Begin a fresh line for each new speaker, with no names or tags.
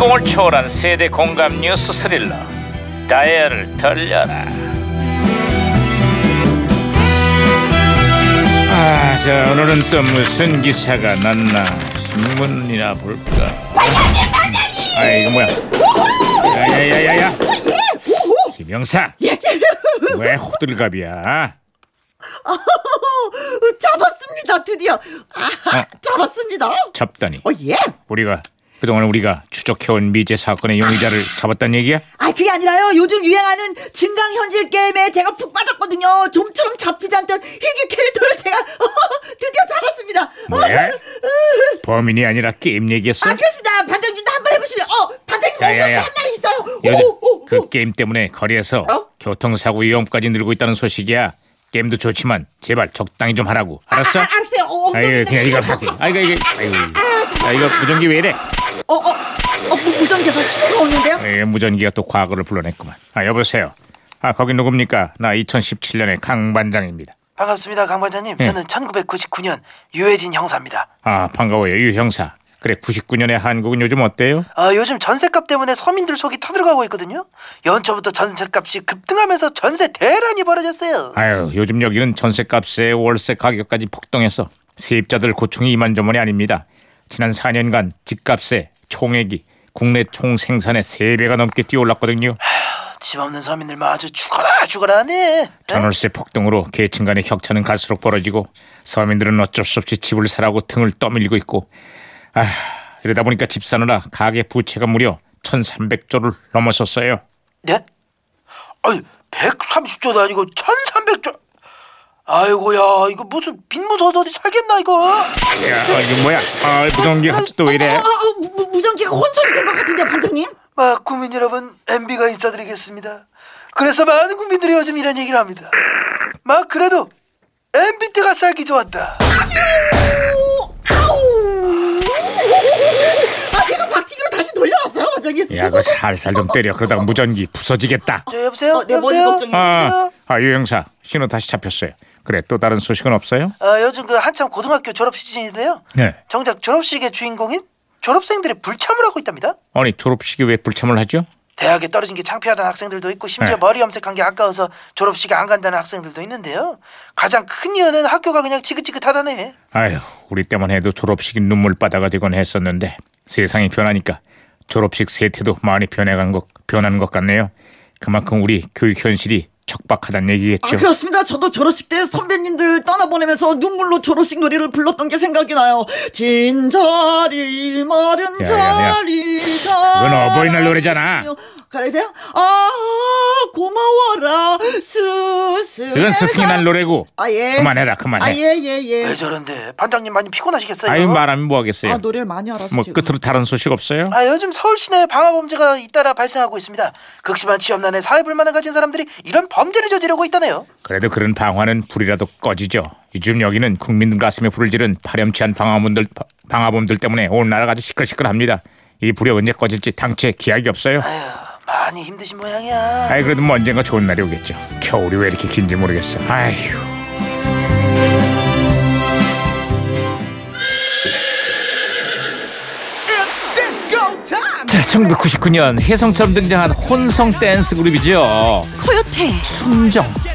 감동을 초월한 세대 공감 뉴스 스릴러 다이얼을 돌려라 아, 자 오늘은 또 무슨 기사가 났나 신문이나 볼까 아 이거 뭐야 야야야야야 김영사 왜 호들갑이야
아우, 어, 잡았습니다 드디어 아, 잡았습니다 어
잡다니
예?
우리가 그동안 우리가 추적해온 미제 사건의 용의자를 잡았단 얘기야?
아 그게 아니라요 요즘 유행하는 증강현실 게임에 제가 푹 빠졌거든요 좀처럼 잡히지 않던 희귀 캐릭터를 제가 드디어 잡았습니다
뭐야? 범인이 아니라 게임 얘기했어?
아 그렇습니다 반장님도 한 번 해보시죠 어 반장님
야, 야,
엉덩이
야.
한 마리 있어요
요즘
오, 오, 오.
그 게임 때문에 거리에서
어?
교통사고 위험까지 늘고 있다는 소식이야. 게임도 좋지만 제발 적당히 좀 하라고. 알았어?
아, 아, 알았어요 어, 엉덩이
아유 그냥 이거 하지. 아 이거 이거 아유. 아 이거 무전기 왜 이래?
어어 어, 무전기에서 신호가 오는데요
에, 무전기가 또 과거를 불러냈구만. 아 여보세요. 아 거기 누굽니까? 나 2017년의 강 반장입니다.
반갑습니다, 강 반장님.
예.
저는 1999년 유해진 형사입니다.
아 반가워요 유 형사. 그래 99년의 한국은 요즘 어때요?
아, 요즘 전셋값 때문에 서민들 속이 터들어가고 있거든요. 연초부터 전셋값이 급등하면서 전세 대란이 벌어졌어요.
아유 요즘 여기는 전세값에 월세 가격까지 폭등해서 세입자들 고충이 이만저만이 아닙니다. 지난 4년간 집값의 총액이 국내 총 생산의 3배가 넘게 뛰어올랐거든요.
집 없는 서민들만 아주 죽어라 죽어라 하네. 예?
전월세 폭등으로 계층 간의 격차는 갈수록 벌어지고 서민들은 어쩔 수 없이 집을 사라고 등을 떠밀리고 있고 아 이러다 보니까 집 사느라 가계 부채가 무려 1300조를 넘어섰어요.
네? 아니, 130조도 아니고 1300조. 아이고야, 이거 무슨 빈무서도 어디 살겠나 이거.
야, 아, 이게 뭐야? 아, 무전기 갑자기 또
어,
이래?
어, 무, 무전기가 혼선이 된 것 같은데 반장님
아, 국민 여러분, MB가 인사드리겠습니다. 그래서 많은 국민들이 요즘 이런 얘기를 합니다. 막 그래도 MB 때가 살기 좋았다.
아우! 아 제가 박치기로 다시 돌려왔어요 반장님
야, 그 살살 좀 때려. 그러다가 무전기 부서지겠다.
저 여보세요?
어, 내 머리
여보세요?
걱정이
아,
여보세요?
아, 유 형사 신호 다시 잡혔어요. 그래 또 다른 소식은 없어요?
아, 요즘 그 한참 고등학교 졸업 시즌인데요.
네.
정작 졸업식의 주인공인 졸업생들이 불참을 하고 있답니다.
아니 졸업식이 왜 불참을 하죠?
대학에 떨어진 게 창피하다는 학생들도 있고
네.
심지어 머리 염색한 게 아까워서 졸업식에 안 간다는 학생들도 있는데요. 가장 큰 이유는 학교가 그냥 지긋지긋하다네.
아휴 우리 때만 해도 졸업식이 눈물바다가 되곤 했었는데 세상이 변하니까 졸업식 세태도 많이 변해간 것 변한 것 같네요. 그만큼 우리 교육 현실이 척박하다는
아,
얘기겠죠.
그렇습니다. 저도 졸업식 때 선배님들 떠나보내면서 눈물로 졸업식 노래를 불렀던 게 생각이 나요. 진자리 마른
야, 야, 야.
자리가
그건 어버이날 노래잖아.
가래요? 아 고마워라 스승.
그건 스승이 날 노래고
아 예.
그만해라 그만해. 아,
아예예 예.
왜 저런데? 반장님 많이 피곤하시겠어요?
유 말하면 뭐 하겠어요.
아 노래를 많이 알아서.
뭐
제가.
끝으로 다른 소식 없어요?
아, 요즘 서울 시내에 방화 범죄가 잇따라 발생하고 있습니다. 극심한 취업난에 사회 불만을 가진 사람들이 이런 범죄를 저지르고 있다네요.
그래도 그런 방화는 불이라도 꺼지죠. 요즘 여기는 국민들 가슴에 불을 지른 파렴치한 방화범들 방화범들 때문에 온 나라가 아주 시끌시끌합니다. 이 불이 언제 꺼질지 당최 기약이 없어요.
에휴, 많이 힘드신 모양이야.
아이 그래도 뭐 언젠가 좋은 날이 오겠죠. 겨울이 왜 이렇게 긴지 모르겠어. 아휴.
자, 1999년 혜성처럼 등장한 혼성 댄스 그룹이죠.
코요태
순정,